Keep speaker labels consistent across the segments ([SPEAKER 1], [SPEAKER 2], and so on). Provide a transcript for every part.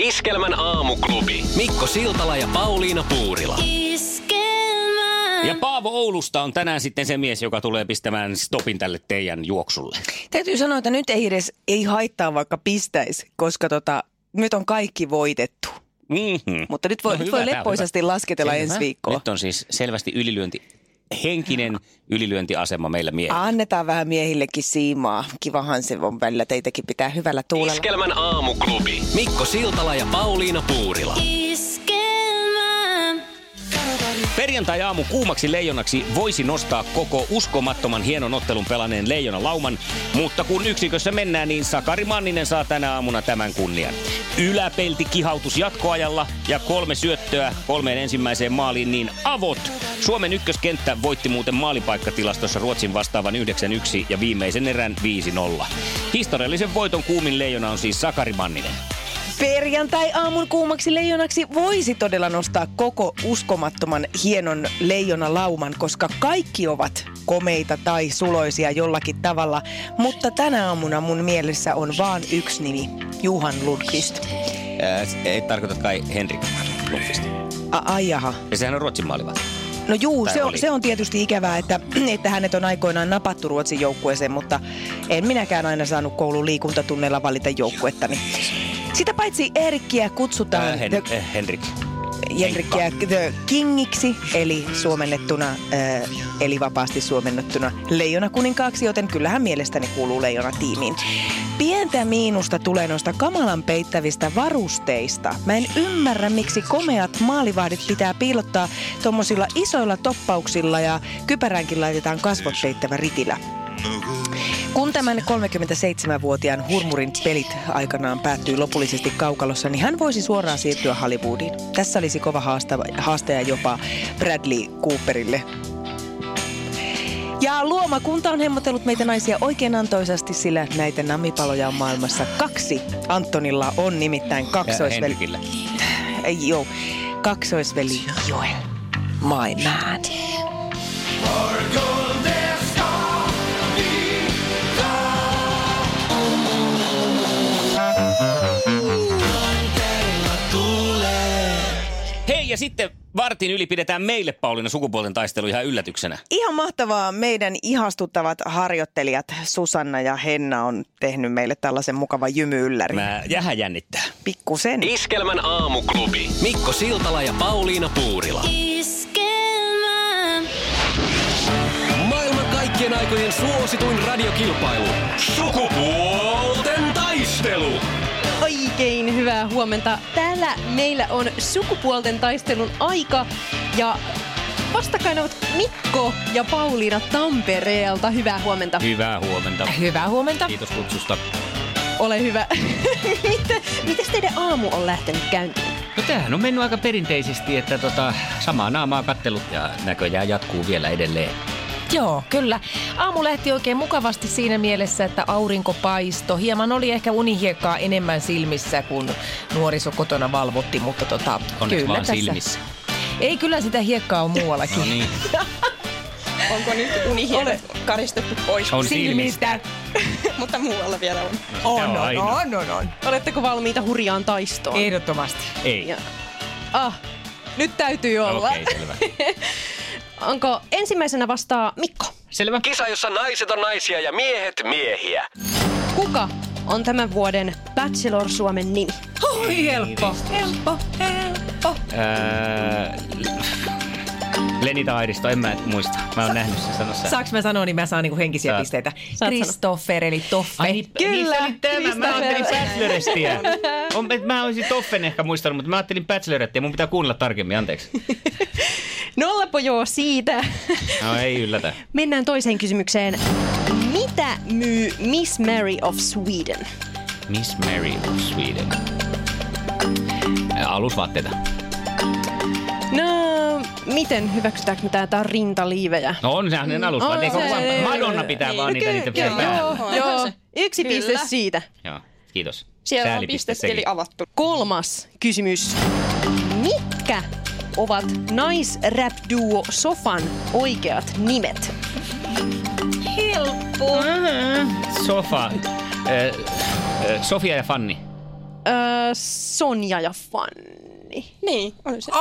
[SPEAKER 1] Iskelmän aamuklubi. Mikko Siltala ja Pauliina Puurila.
[SPEAKER 2] Iskelmä.
[SPEAKER 3] Ja Paavo Oulusta on tänään sitten se mies, joka tulee pistämään stopin tälle teidän juoksulle.
[SPEAKER 4] Täytyy sanoa, että nyt ei edes ei haittaa vaikka pistäisi, koska tota, nyt on kaikki voitettu.
[SPEAKER 3] Mm-hmm.
[SPEAKER 4] Mutta nyt voi, no nyt voi leppoisasti lasketella ensi viikkoa.
[SPEAKER 3] Nyt on siis selvästi ylilyönti, henkinen ylilyöntiasema meillä miehillä.
[SPEAKER 4] Annetaan vähän miehillekin siimaa. Kivahan se on välillä teitäkin pitää hyvällä tuulella.
[SPEAKER 1] Iskelmän aamuklubi. Mikko Siltala ja Pauliina Puurila.
[SPEAKER 2] Iskelmä.
[SPEAKER 3] Perjantai-aamu kuumaksi leijonaksi voisi nostaa koko uskomattoman hienon ottelun pelanneen leijona lauman, mutta kun yksikössä mennään, niin Sakari Manninen saa tänä aamuna tämän kunnian. Yläpelti kihautus jatkoajalla ja kolme syöttöä kolmeen ensimmäiseen maaliin, niin avot. Suomen ykköskenttä voitti muuten maalipaikkatilastossa Ruotsin vastaavan 9-1 ja viimeisen erän 5-0. Historiallisen voiton kuumin leijona on siis Sakari Manninen.
[SPEAKER 4] Perjantai-aamun kuumaksi leijonaksi voisi todella nostaa koko uskomattoman hienon leijonalauman, koska kaikki ovat komeita tai suloisia jollakin tavalla. Mutta tänä aamuna mun mielessä on vaan yksi nimi, Juhan Lundqvist.
[SPEAKER 3] Ää, Äh, ei tarkoita kai Henrik Lundqvist.
[SPEAKER 4] A- ai jaha.
[SPEAKER 3] Ja sehän on Ruotsin maalivahti.
[SPEAKER 4] No juu,
[SPEAKER 3] Tai
[SPEAKER 4] se
[SPEAKER 3] oli.
[SPEAKER 4] on, se on tietysti ikävää, että, että hänet on aikoinaan napattu Ruotsin joukkueeseen, mutta en minäkään aina saanut koulun liikuntatunneilla valita joukkuettani. Sitä paitsi Erikkiä
[SPEAKER 3] Ää,
[SPEAKER 4] kutsutaan
[SPEAKER 3] Hen-
[SPEAKER 4] the,
[SPEAKER 3] äh, Henrik.
[SPEAKER 4] Henrikkiä the Kingiksi, eli suomennettuna, äh, eli vapaasti suomennettuna leijona kuninkaaksi, joten kyllähän mielestäni kuuluu leijona tiimiin. Pientä miinusta tulee noista kamalan peittävistä varusteista. Mä en ymmärrä, miksi komeat maalivahdit pitää piilottaa tommosilla isoilla toppauksilla ja kypäräänkin laitetaan kasvot peittävä ritilä. Kun tämän 37-vuotiaan hurmurin pelit aikanaan päättyi lopullisesti kaukalossa, niin hän voisi suoraan siirtyä Hollywoodiin. Tässä olisi kova haastava, haastaja jopa Bradley Cooperille. Ja luomakunta on hemmotellut meitä naisia oikein antoisasti, sillä näitä namipaloja on maailmassa kaksi. Antonilla on nimittäin
[SPEAKER 3] Ja
[SPEAKER 4] kaksoisveli.
[SPEAKER 3] Henrikillä.
[SPEAKER 4] Ei, joo, kaksoisveli Joel. My man.
[SPEAKER 3] Hei, ja sitten vartin yli pidetään meille, Pauliina, sukupuolten taistelu ihan yllätyksenä.
[SPEAKER 4] Ihan mahtavaa. Meidän ihastuttavat harjoittelijat Susanna ja Henna on tehnyt meille tällaisen mukavan jymyyllärin. Mä...
[SPEAKER 3] Mä jähän jännittää.
[SPEAKER 4] Pikkusen.
[SPEAKER 1] Iskelmän aamuklubi. Mikko Siltala ja Pauliina Puurila.
[SPEAKER 2] Iskelmä.
[SPEAKER 1] Maailman kaikkien aikojen suosituin radiokilpailu. Sukupuolten taistelu.
[SPEAKER 5] Oikein hyvää huomenta. Täällä meillä on sukupuolten taistelun aika ja vastakkain ovat Mikko ja Pauliina Tampereelta. Hyvää huomenta.
[SPEAKER 3] Hyvää huomenta.
[SPEAKER 4] Hyvää huomenta.
[SPEAKER 3] Kiitos kutsusta.
[SPEAKER 5] Ole hyvä. Miten, mites teidän aamu on lähtenyt käyntiin?
[SPEAKER 3] No tämähän on mennyt aika perinteisesti, että tota, samaa naamaa kattelut ja näköjään jatkuu vielä edelleen.
[SPEAKER 6] Joo, kyllä. Aamu lähti oikein mukavasti siinä mielessä, että aurinko paisto. Hieman oli ehkä unihiekkaa enemmän silmissä, kun nuoriso kotona valvotti, mutta tota,
[SPEAKER 3] Onneksi
[SPEAKER 6] kyllä
[SPEAKER 3] vaan
[SPEAKER 6] tässä.
[SPEAKER 3] silmissä.
[SPEAKER 6] Ei kyllä sitä hiekkaa on muuallakin.
[SPEAKER 3] No niin,
[SPEAKER 7] Onko nyt unihielet karistettu pois,
[SPEAKER 3] on silmistä.
[SPEAKER 7] mutta muualla vielä on.
[SPEAKER 3] Joo,
[SPEAKER 6] On, on,
[SPEAKER 3] aina.
[SPEAKER 6] on, on, on.
[SPEAKER 5] Oletteko valmiita hurjaan taistoon?
[SPEAKER 6] Ehdottomasti.
[SPEAKER 3] Ei.
[SPEAKER 5] Ja- Ah, nyt täytyy olla.
[SPEAKER 3] Okei, selvä.
[SPEAKER 5] Onko ensimmäisenä vastaa Mikko?
[SPEAKER 3] Selvä.
[SPEAKER 1] Kisa, jossa naiset on naisia ja miehet miehiä.
[SPEAKER 5] Kuka on tämän vuoden Bachelor Suomen nimi?
[SPEAKER 6] Oi, helppo, helppo, helppo.
[SPEAKER 3] Öö, Leni Tairisto, en mä muista. Mä oon nähnyt sen sanossa.
[SPEAKER 6] Saanko mä sanoa, niin mä saan niinku henkisiä
[SPEAKER 3] Saat.
[SPEAKER 6] pisteitä.
[SPEAKER 5] sanoa.
[SPEAKER 6] Kristoffer, eli Toffe.
[SPEAKER 3] Ai niin,
[SPEAKER 5] Kyllä,
[SPEAKER 3] niin se oli tämä. Mä ajattelin
[SPEAKER 5] Kristoffer.
[SPEAKER 3] Bachelorestiä. On, et mä olisin Toffen ehkä muistanut, mutta mä ajattelin Bachelorettia. Mun pitää kuunnella tarkemmin, anteeksi.
[SPEAKER 5] Nolla pojoo siitä.
[SPEAKER 3] No ei yllätä.
[SPEAKER 5] Mennään toiseen kysymykseen. Mitä myy Miss Mary of Sweden?
[SPEAKER 3] Miss Mary of Sweden.
[SPEAKER 8] Alusvaatteita.
[SPEAKER 5] No, miten hyväksytäänkö me tää? Tää on rintaliivejä.
[SPEAKER 8] No on sehän ne
[SPEAKER 5] On
[SPEAKER 8] alusvaatteet. Eikö
[SPEAKER 5] se,
[SPEAKER 8] vaan-
[SPEAKER 5] ei,
[SPEAKER 8] Madonna
[SPEAKER 5] ei,
[SPEAKER 8] pitää
[SPEAKER 7] ei.
[SPEAKER 8] vaan niitä
[SPEAKER 5] Ky-
[SPEAKER 8] niitä
[SPEAKER 5] ky-
[SPEAKER 8] vielä päällä.
[SPEAKER 5] Joo,
[SPEAKER 7] Onhan
[SPEAKER 5] joo.
[SPEAKER 7] se.
[SPEAKER 5] Yksi
[SPEAKER 7] Kyllä.
[SPEAKER 5] piste siitä.
[SPEAKER 8] Joo. Kiitos.
[SPEAKER 7] Siellä on
[SPEAKER 8] Sääli piste
[SPEAKER 7] pistetili
[SPEAKER 8] sekin.
[SPEAKER 7] avattu.
[SPEAKER 5] Kolmas kysymys. Mitkä ovat naisrap-duo Sofan oikeat nimet?
[SPEAKER 8] Sofa. Ö, ö, Sofia ja Fanni.
[SPEAKER 5] Öö, Sonja ja Fanni.
[SPEAKER 7] Niin, oli se.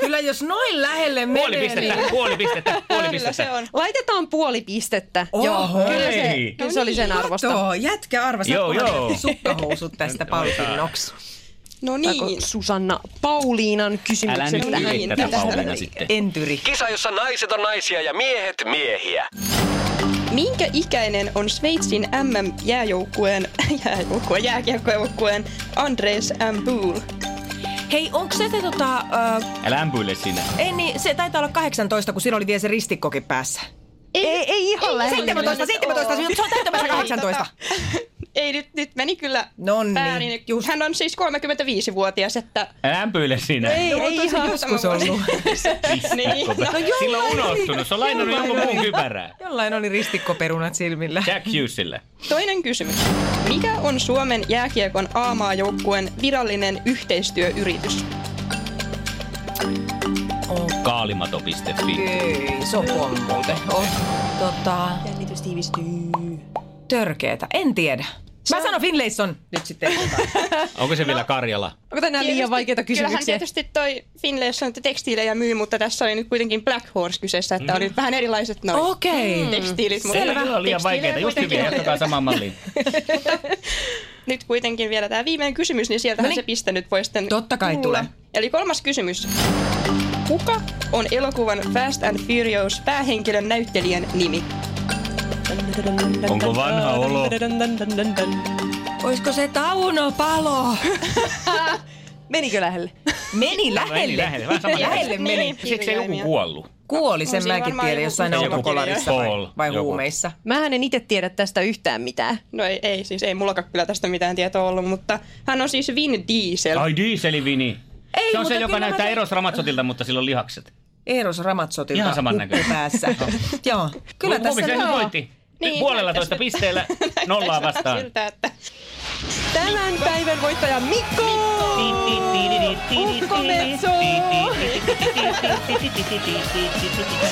[SPEAKER 6] Kyllä jos noin lähelle
[SPEAKER 8] Puoli
[SPEAKER 6] menee, niin...
[SPEAKER 8] pistettä, puoli pistettä, puoli
[SPEAKER 7] Kyllä
[SPEAKER 8] pistettä.
[SPEAKER 7] se on.
[SPEAKER 5] Laitetaan puoli pistettä.
[SPEAKER 6] Oho.
[SPEAKER 5] kyllä se,
[SPEAKER 8] Hei.
[SPEAKER 5] kyllä se oli
[SPEAKER 4] No
[SPEAKER 5] sen
[SPEAKER 4] niin,
[SPEAKER 5] arvosta.
[SPEAKER 9] Tuo, jätkä arvasi
[SPEAKER 8] Joo, joo.
[SPEAKER 9] sukkahousut tästä palkinnoksi.
[SPEAKER 7] No
[SPEAKER 5] Saako
[SPEAKER 7] niin.
[SPEAKER 5] Susanna Pauliinan
[SPEAKER 8] Älä nyt
[SPEAKER 5] kysymyksen tähän?
[SPEAKER 8] yritä tätä Pauliina sitten.
[SPEAKER 9] En tyri.
[SPEAKER 1] Kisa, jossa naiset on naisia ja miehet miehiä.
[SPEAKER 7] Minkä ikäinen on Sveitsin MM-jääjoukkueen, jääjoukkueen, jääkiekkojoukkueen Andres Amboul?
[SPEAKER 6] Hei, onko se te tota... Ö,
[SPEAKER 8] Älä ämpyile sinne.
[SPEAKER 6] ei niin, se taitaa olla 18, kun siinä oli vielä se ristikkokin päässä.
[SPEAKER 7] Ei, ei, ei ihan
[SPEAKER 6] Ei, 17, 17, se on täyttämässä 18.
[SPEAKER 7] tota, Ei, nyt, nyt meni kyllä
[SPEAKER 9] Nonni,
[SPEAKER 7] ääni.
[SPEAKER 9] just.
[SPEAKER 7] Hän on siis 35-vuotias, että...
[SPEAKER 8] Älä ämpyile sinä.
[SPEAKER 7] no,
[SPEAKER 9] ei ihan joskus ollut.
[SPEAKER 7] niin.
[SPEAKER 6] no
[SPEAKER 8] Sillä on unohtunut. Se on lainannut jonkun muun kypärää.
[SPEAKER 9] Jollain oli ristikkoperunat silmillä.
[SPEAKER 8] Jack Hughesille.
[SPEAKER 7] Toinen kysymys. Mikä on Suomen jääkiekon A-maajoukkueen virallinen yhteistyöyritys?
[SPEAKER 8] Kaalimato.fi.
[SPEAKER 6] Ei, se on pommote. On. Tota... Jännitys tiivistyy. Törkeetä, en tiedä. Mä sanon Finlayson nyt sitten.
[SPEAKER 8] Onko se vielä Karjala?
[SPEAKER 5] Onko tänään liian
[SPEAKER 7] Tietysti-
[SPEAKER 5] vaikeita
[SPEAKER 7] Kyllähän
[SPEAKER 5] kysymyksiä?
[SPEAKER 7] tietysti toi Finlayson että tekstiilejä myy, mutta tässä oli nyt kuitenkin Black Horse kyseessä, että oli vähän erilaiset noin
[SPEAKER 6] Okei.
[SPEAKER 7] tekstiilit. mutta
[SPEAKER 8] Mm. Selvä. Ei ole liian
[SPEAKER 7] tekstiilejä
[SPEAKER 8] vaikeita, just
[SPEAKER 7] kuitenkin
[SPEAKER 8] hyviä.
[SPEAKER 7] oli.
[SPEAKER 8] Jatkakaa samaan malliin.
[SPEAKER 7] Nyt kuitenkin vielä tämä viimeinen kysymys, niin sieltähän
[SPEAKER 6] No niin.
[SPEAKER 7] se piste nyt voi sitten
[SPEAKER 6] Totta kai
[SPEAKER 7] tulla.
[SPEAKER 6] tulee.
[SPEAKER 7] Eli kolmas kysymys. Kuka on elokuvan Fast and Furious päähenkilön näyttelijän nimi?
[SPEAKER 8] Onko vanha olo?
[SPEAKER 6] Oisko se Tauno Palo?
[SPEAKER 5] Menikö lähelle?
[SPEAKER 6] Meni
[SPEAKER 8] Meni
[SPEAKER 6] lähelle.
[SPEAKER 8] niin, lähelle. Vähän sama
[SPEAKER 6] Lähelle meni.
[SPEAKER 8] Siksi se joku kuollut?
[SPEAKER 6] Kuoli sen
[SPEAKER 7] On siinä
[SPEAKER 6] mäkin
[SPEAKER 7] varmaan
[SPEAKER 6] tiedän
[SPEAKER 7] joku-
[SPEAKER 6] jossain
[SPEAKER 7] joku
[SPEAKER 6] autokolarissa vai,
[SPEAKER 8] Paul,
[SPEAKER 6] vai
[SPEAKER 8] joku.
[SPEAKER 6] huumeissa.
[SPEAKER 5] Mähän en itse tiedä tästä yhtään mitään.
[SPEAKER 7] No ei, ei siis ei mullakaan kyllä tästä mitään tietoa ollut, mutta hän on siis Vin Diesel.
[SPEAKER 8] Ai niin, dieselivini.
[SPEAKER 6] Ei,
[SPEAKER 8] se on se,
[SPEAKER 6] mutta
[SPEAKER 8] joka
[SPEAKER 6] kyllä mä
[SPEAKER 8] näyttää
[SPEAKER 6] tiedän.
[SPEAKER 8] Eros Ramatsotilta, mutta sillä on lihakset.
[SPEAKER 6] Eeros Ramatsotilta
[SPEAKER 8] Ihan saman
[SPEAKER 6] huppu
[SPEAKER 8] näköinen.
[SPEAKER 6] päässä. Joo. Kyllä
[SPEAKER 8] Mut Kuvi
[SPEAKER 6] tässä Niin,
[SPEAKER 8] se nyt
[SPEAKER 6] joo.
[SPEAKER 8] voitti. Puolella toista pisteellä nollaa vastaan.
[SPEAKER 7] Siltä, että
[SPEAKER 5] Tämän päivän voittaja Mikko! Ukko Metso!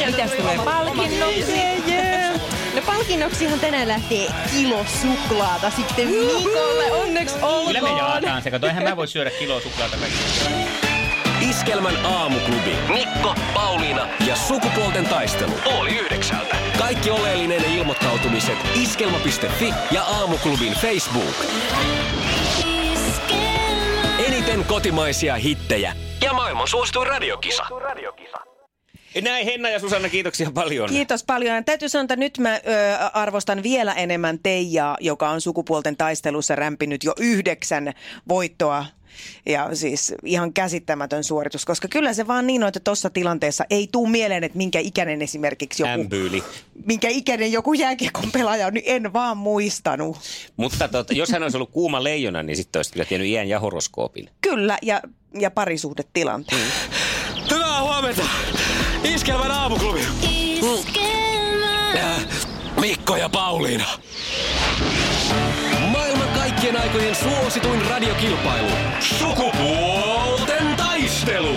[SPEAKER 6] Mitäs tulee palkinnoksi?
[SPEAKER 5] Jee, jee. No palkinnoksihan tänään lähtee kilo suklaata sitten Mikolle. Onneksi
[SPEAKER 8] Kyllä me
[SPEAKER 5] olkoon!
[SPEAKER 8] jaetaan se. Kato, eihän mä voi syödä kiloa suklaata kaikille.
[SPEAKER 1] Iskelmän aamuklubi. Mikko, Pauliina ja sukupuolten taistelu. Oli yhdeksältä. Kaikki oleellinen ilmoittautumiset iskelma.fi ja aamuklubin Facebook. Eniten kotimaisia hittejä ja maailman suosituin radiokisa.
[SPEAKER 3] Näin Henna ja Susanna, kiitoksia paljon.
[SPEAKER 4] Kiitos paljon. Ja Täytyy sanoa, että nyt mä ö, arvostan vielä enemmän Teijaa, joka on sukupuolten taistelussa rämpinyt jo yhdeksän voittoa. Ja siis ihan käsittämätön suoritus, koska kyllä se vaan niin on, että tuossa tilanteessa ei tuu mieleen, että minkä ikäinen esimerkiksi joku,
[SPEAKER 3] Ämpyyli.
[SPEAKER 4] minkä ikäinen joku jääkiekon pelaaja on, niin en vaan muistanut.
[SPEAKER 3] Mutta tota, jos hän olisi ollut kuuma leijona, niin sitten olisi kyllä tiennyt iän ja horoskoopin.
[SPEAKER 4] Kyllä, ja, ja parisuhdetilanteen.
[SPEAKER 1] Hyvää huomenta. Iskelmän aamuklubi. Äh, Mikko ja Pauliina. Maailman kaikkien aikojen suosituin radiokilpailu. Sukupuolten taistelu.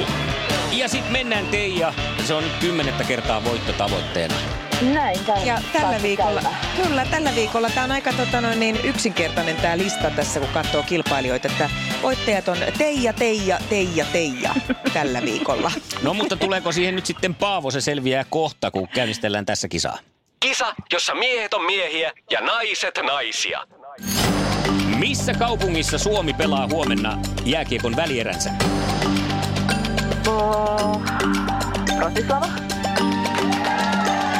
[SPEAKER 3] Ja sitten mennään Teija. Se on nyt kymmenettä kertaa voittotavoitteena.
[SPEAKER 4] Ja tällä viikolla, kyllä, tällä viikolla tämä on aika tota noin, niin yksinkertainen tämä lista tässä, kun katsoo kilpailijoita, että voittajat on Teija, Teija, Teija, Teija tällä viikolla.
[SPEAKER 3] No mutta tuleeko siihen nyt sitten Paavo, se selviää kohta, kun käynnistellään tässä kisaa.
[SPEAKER 1] Kisa, jossa miehet on miehiä ja naiset naisia.
[SPEAKER 3] Missä kaupungissa Suomi pelaa huomenna jääkiekon välieränsä?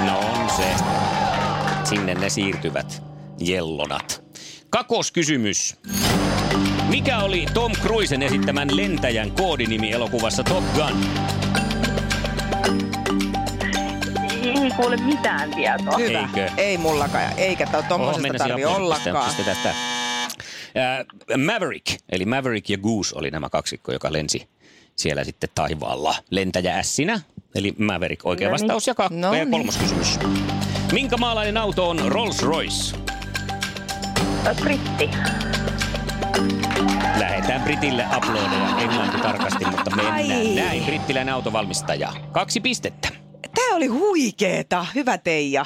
[SPEAKER 3] No on se. Sinne ne siirtyvät jellonat. Kakoskysymys. Mikä oli Tom Cruisen esittämän lentäjän koodinimi elokuvassa Top Gun?
[SPEAKER 10] Ei kuule mitään tietoa.
[SPEAKER 4] Hyvä.
[SPEAKER 3] Eikö?
[SPEAKER 4] Ei mullakaan, eikä to,
[SPEAKER 3] Oho,
[SPEAKER 4] tommosesta
[SPEAKER 3] mennä
[SPEAKER 4] tarvi
[SPEAKER 3] siihen apuun. Pistetään-
[SPEAKER 4] ollakaan.
[SPEAKER 3] pistetään tästä. Äh, Maverick, eli Maverick ja Goose oli nämä kaksikko, joka lensi siellä sitten taivaalla lentäjä ässinä. Eli Maverick oikea
[SPEAKER 10] No niin.
[SPEAKER 3] vastaus ja, kak-
[SPEAKER 4] No
[SPEAKER 3] ja
[SPEAKER 4] niin.
[SPEAKER 3] kolmas kysymys. Minkä maalainen auto on Rolls Royce?
[SPEAKER 10] Ö, Britti.
[SPEAKER 3] Lähetään Britille aplodeja englanti tarkasti, mutta mennään
[SPEAKER 4] Ai.
[SPEAKER 3] näin. Brittiläinen autovalmistaja. Kaksi pistettä.
[SPEAKER 4] Tää oli huikeeta. Hyvä Teija.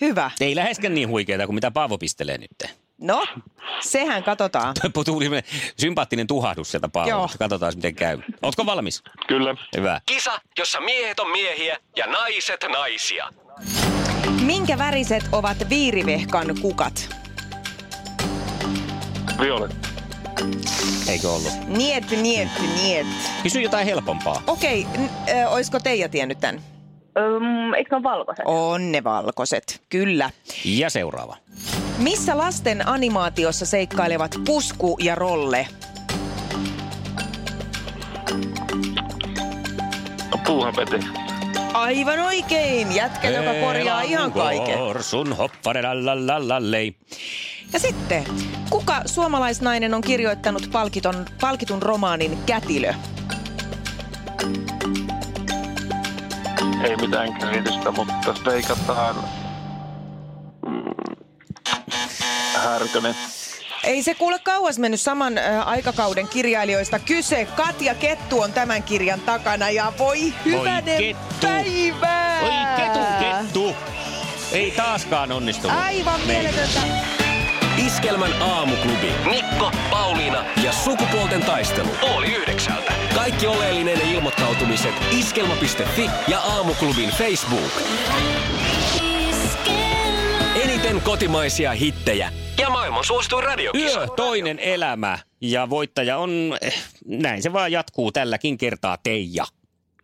[SPEAKER 4] Hyvä.
[SPEAKER 3] Ei läheskään niin huikeeta kuin mitä Paavo pistelee nyt.
[SPEAKER 4] No, sehän katsotaan.
[SPEAKER 3] Tuli semmoinen sympaattinen tuhahdus sieltä
[SPEAKER 4] Joo.
[SPEAKER 3] Paavolta. Katsotaan miten käy. Ootko valmis?
[SPEAKER 11] Kyllä.
[SPEAKER 3] Hyvä.
[SPEAKER 1] Kisa, jossa miehet on miehiä ja naiset naisia.
[SPEAKER 4] Minkä väriset ovat viirivehkan kukat?
[SPEAKER 11] Violet.
[SPEAKER 3] Eikö ollut?
[SPEAKER 4] Niet, niet, niet.
[SPEAKER 3] Kysy jotain helpompaa.
[SPEAKER 4] Okei, n- ö, oisko Teija tiennyt tämän?
[SPEAKER 10] Öm, eikö ne ole valkoiset?
[SPEAKER 4] On ne valkoiset, kyllä.
[SPEAKER 3] Ja seuraava.
[SPEAKER 4] Missä lasten animaatiossa seikkailevat Pusku ja Rolle?
[SPEAKER 11] Puuhan peti.
[SPEAKER 4] Aivan oikein, jätkä, joka korjaa ihan kaiken.
[SPEAKER 3] Korsun hoppare lallalallei.
[SPEAKER 4] Ja sitten, kuka suomalaisnainen on kirjoittanut palkiton, palkitun romaanin Kätilö?
[SPEAKER 11] Ei mitään käsitystä, mutta veikataan... Mm, Härkönen.
[SPEAKER 4] Ei se kuule kauas mennyt saman äh, aikakauden kirjailijoista kyse. Katja Kettu on tämän kirjan takana ja voi hyvänen
[SPEAKER 3] Kettu.
[SPEAKER 4] päivää!
[SPEAKER 3] Oi ketu, kettu. Ei taaskaan onnistunut.
[SPEAKER 4] Aivan
[SPEAKER 10] Niin.
[SPEAKER 4] mieletöntä.
[SPEAKER 1] Iskelmän aamuklubi. Mikko, Pauliina ja sukupuolten taistelu. Oli yhdeksältä. Kaikki oleellinen ilmoittautumiset iskelma.fi ja aamuklubin Facebook. Eniten kotimaisia hittejä ja maailman suosituin radiokisa.
[SPEAKER 3] Yö, toinen elämä. Ja voittaja on, eh, näin se vaan jatkuu tälläkin kertaa, Teija.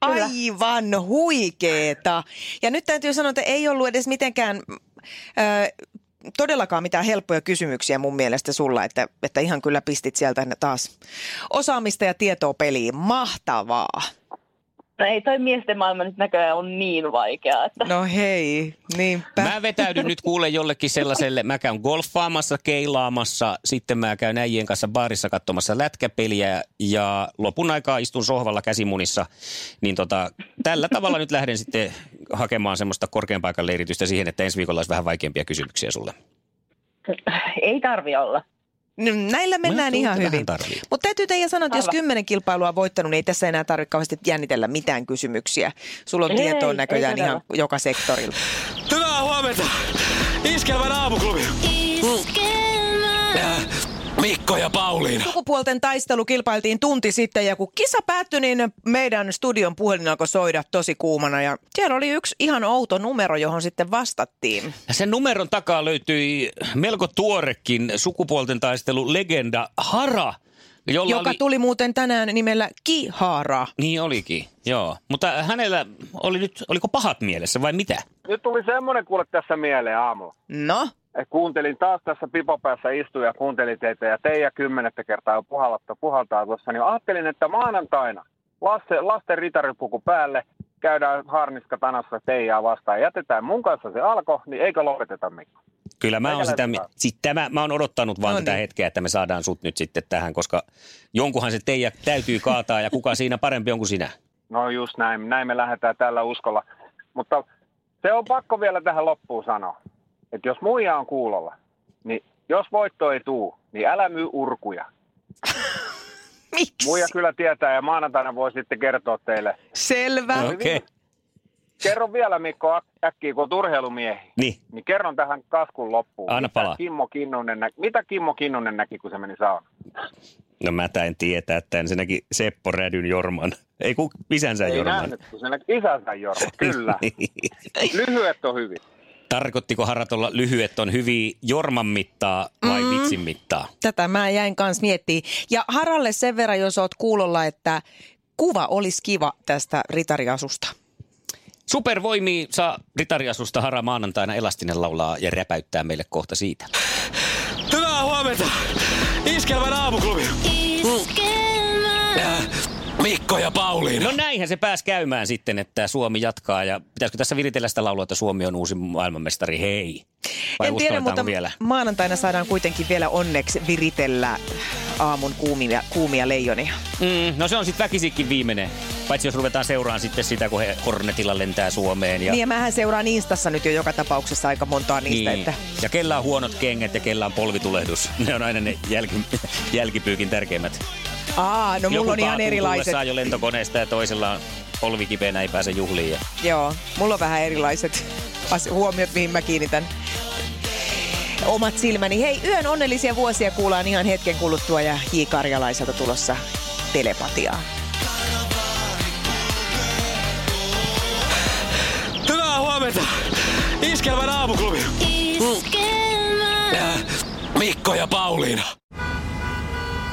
[SPEAKER 4] Aivan huikeeta. Ja nyt täytyy sanoa, että ei ollut edes mitenkään mm, äh, todellakaan mitään helppoja kysymyksiä mun mielestä sulla, että, että ihan kyllä pistit sieltä taas osaamista ja tietoa peliin. Mahtavaa.
[SPEAKER 10] No ei, toi miesten maailma nyt näköjään on niin vaikeaa, että
[SPEAKER 4] No hei, niinpä.
[SPEAKER 3] Mä vetäydyn nyt kuule jollekin sellaiselle, mä käyn golfaamassa, keilaamassa, sitten mä käyn äijien kanssa baarissa katsomassa lätkäpeliä ja lopun aikaa istun sohvalla käsimunissa. Niin tota, tällä tavalla nyt lähden sitten hakemaan semmoista korkean paikan leiritystä siihen, että ensi viikolla olisi vähän vaikeampia kysymyksiä sulle.
[SPEAKER 10] ei tarvi olla.
[SPEAKER 4] N- No, Näillä mennään
[SPEAKER 3] tuntuu,
[SPEAKER 4] ihan
[SPEAKER 3] että
[SPEAKER 4] hyvin.
[SPEAKER 3] vähän tarvii.
[SPEAKER 4] Mutta täytyy teidän sanoa, että jos
[SPEAKER 10] Aivan.
[SPEAKER 4] kymmenen kilpailua on voittanut, niin ei tässä enää tarvitse kauheasti jännitellä mitään kysymyksiä. Sulla on
[SPEAKER 10] Ei,
[SPEAKER 4] tietoa
[SPEAKER 10] ei
[SPEAKER 4] näköjään ihan
[SPEAKER 10] todella.
[SPEAKER 4] joka sektorilla.
[SPEAKER 1] Hyvää huomenta. Iskelmän aamuklubi.
[SPEAKER 2] Iskelmä.
[SPEAKER 1] Äh, Mikko ja Pauliina.
[SPEAKER 4] Sukupuolten taistelu kilpailtiin tunti sitten ja kun kisa päättyi, niin meidän studion puhelin alkoi soida tosi kuumana. Ja siellä oli yksi ihan outo numero, johon sitten vastattiin.
[SPEAKER 3] Sen numeron takaa löytyi melko tuorekin sukupuolten taistelu legenda Hara, jolla
[SPEAKER 4] Joka
[SPEAKER 3] oli...
[SPEAKER 4] tuli muuten tänään nimellä Kihara.
[SPEAKER 3] Niin olikin, joo. Mutta hänellä oli nyt, oliko pahat mielessä vai mitä?
[SPEAKER 11] Nyt tuli semmoinen kuule tässä mieleen aamu.
[SPEAKER 4] No,
[SPEAKER 11] Kuuntelin taas tässä pipopäässä istuja, kuuntelin teitä ja teijä kymmenettä kertaa jo puhalatta, puhaltaa tuossa. Niin ajattelin, että maanantaina Lasse, lasten ritaripuku päälle, käydään harniska tanassa teijää vastaan. Jätetään mun kanssa se alko, niin eikö lopeteta Mikko?
[SPEAKER 3] Kyllä mä oon sitä, mi-
[SPEAKER 11] Meikäläinen
[SPEAKER 3] sit tämä, mä oon odottanut vaan
[SPEAKER 4] No
[SPEAKER 3] no tätä
[SPEAKER 4] niin.
[SPEAKER 3] hetkeä, että me saadaan sut nyt sitten tähän, koska jonkunhan se teijä täytyy kaataa ja kuka siinä parempi on kuin sinä.
[SPEAKER 11] No just näin, näin me lähdetään tällä uskolla. Mutta se on pakko vielä tähän loppuun sanoa, että jos muija on kuulolla, niin jos voitto ei tuu, niin älä myy urkuja.
[SPEAKER 4] miksi?
[SPEAKER 11] Muija kyllä tietää ja maanantaina voi sitten kertoa teille.
[SPEAKER 4] Selvä.
[SPEAKER 3] Okei, okay.
[SPEAKER 11] Kerro vielä Mikko äk- äkkiä, kun oot urheilumiehi.
[SPEAKER 3] niin.
[SPEAKER 11] Niin kerron tähän kaskun loppuun.
[SPEAKER 3] Anna
[SPEAKER 11] Mitä
[SPEAKER 3] palaa.
[SPEAKER 11] Kimmo Kinnunen nä- Mitä Kimmo Kinnunen näki, kun se meni saunaan?
[SPEAKER 3] No mä täin tietää, että ensinnäkin Seppo Rädyn Jorman. Ei kun isänsä
[SPEAKER 11] Ei
[SPEAKER 3] Jorman.
[SPEAKER 11] nähnyt, kun se näki isänsä Jorma. Kyllä. Lyhyet on hyvin.
[SPEAKER 3] Tarkoittiko Harat olla lyhyet on hyviä Jorman mittaa vai mm. vitsin mittaa?
[SPEAKER 4] Tätä mä jäin kanssa miettimään. Ja Haralle sen verran, jos oot kuulolla, että kuva olisi kiva tästä ritariasusta.
[SPEAKER 3] Supervoimi saa ritariasusta Hara maanantaina elastinen laulaa ja räpäyttää meille kohta siitä.
[SPEAKER 1] Hyvää huomenta. Iskelmän aamuklubi.
[SPEAKER 2] Iskelmä.
[SPEAKER 1] Äh, Mikko. Mikko ja Pauliina.
[SPEAKER 3] No näinhän se pääsi käymään sitten, että Suomi jatkaa. Ja pitäisikö tässä viritellä sitä laulua, että Suomi on uusi maailmanmestari? Hei. Vai
[SPEAKER 4] en tiedä, mutta
[SPEAKER 3] vielä?
[SPEAKER 4] maanantaina saadaan kuitenkin vielä onneksi viritellä aamun kuumia, kuumia leijonia.
[SPEAKER 3] Mm, no se on sitten väkisikin viimeinen. Paitsi jos ruvetaan seuraan sitten sitä, kun he Hornetilla lentää Suomeen. Ja,
[SPEAKER 4] Niin ja mähän seuraan Instassa nyt jo joka tapauksessa aika montaa niistä, niin. että
[SPEAKER 3] ja kellä on huonot kengät ja kellä on polvitulehdus. Ne on aina ne jälki, jälkipyykin tärkeimmät.
[SPEAKER 4] Aa, no
[SPEAKER 3] Joku
[SPEAKER 4] mulla on ihan
[SPEAKER 3] kaatuu
[SPEAKER 4] erilaiset.
[SPEAKER 3] tullessaan jo lentokoneesta ja toisella on polvi kipeänä, ei pääse juhliin. Ja...
[SPEAKER 4] Joo, mulla on vähän erilaiset asi- huomiot, mihin mä kiinnitän omat silmäni. Hei, yön onnellisia vuosia kuullaan ihan hetken kuluttua ja J. Karjalaiselta tulossa telepatiaa.
[SPEAKER 1] Hyvää huomenta. Iskelmän aamuklubi. Äh, Mikko ja Pauliina.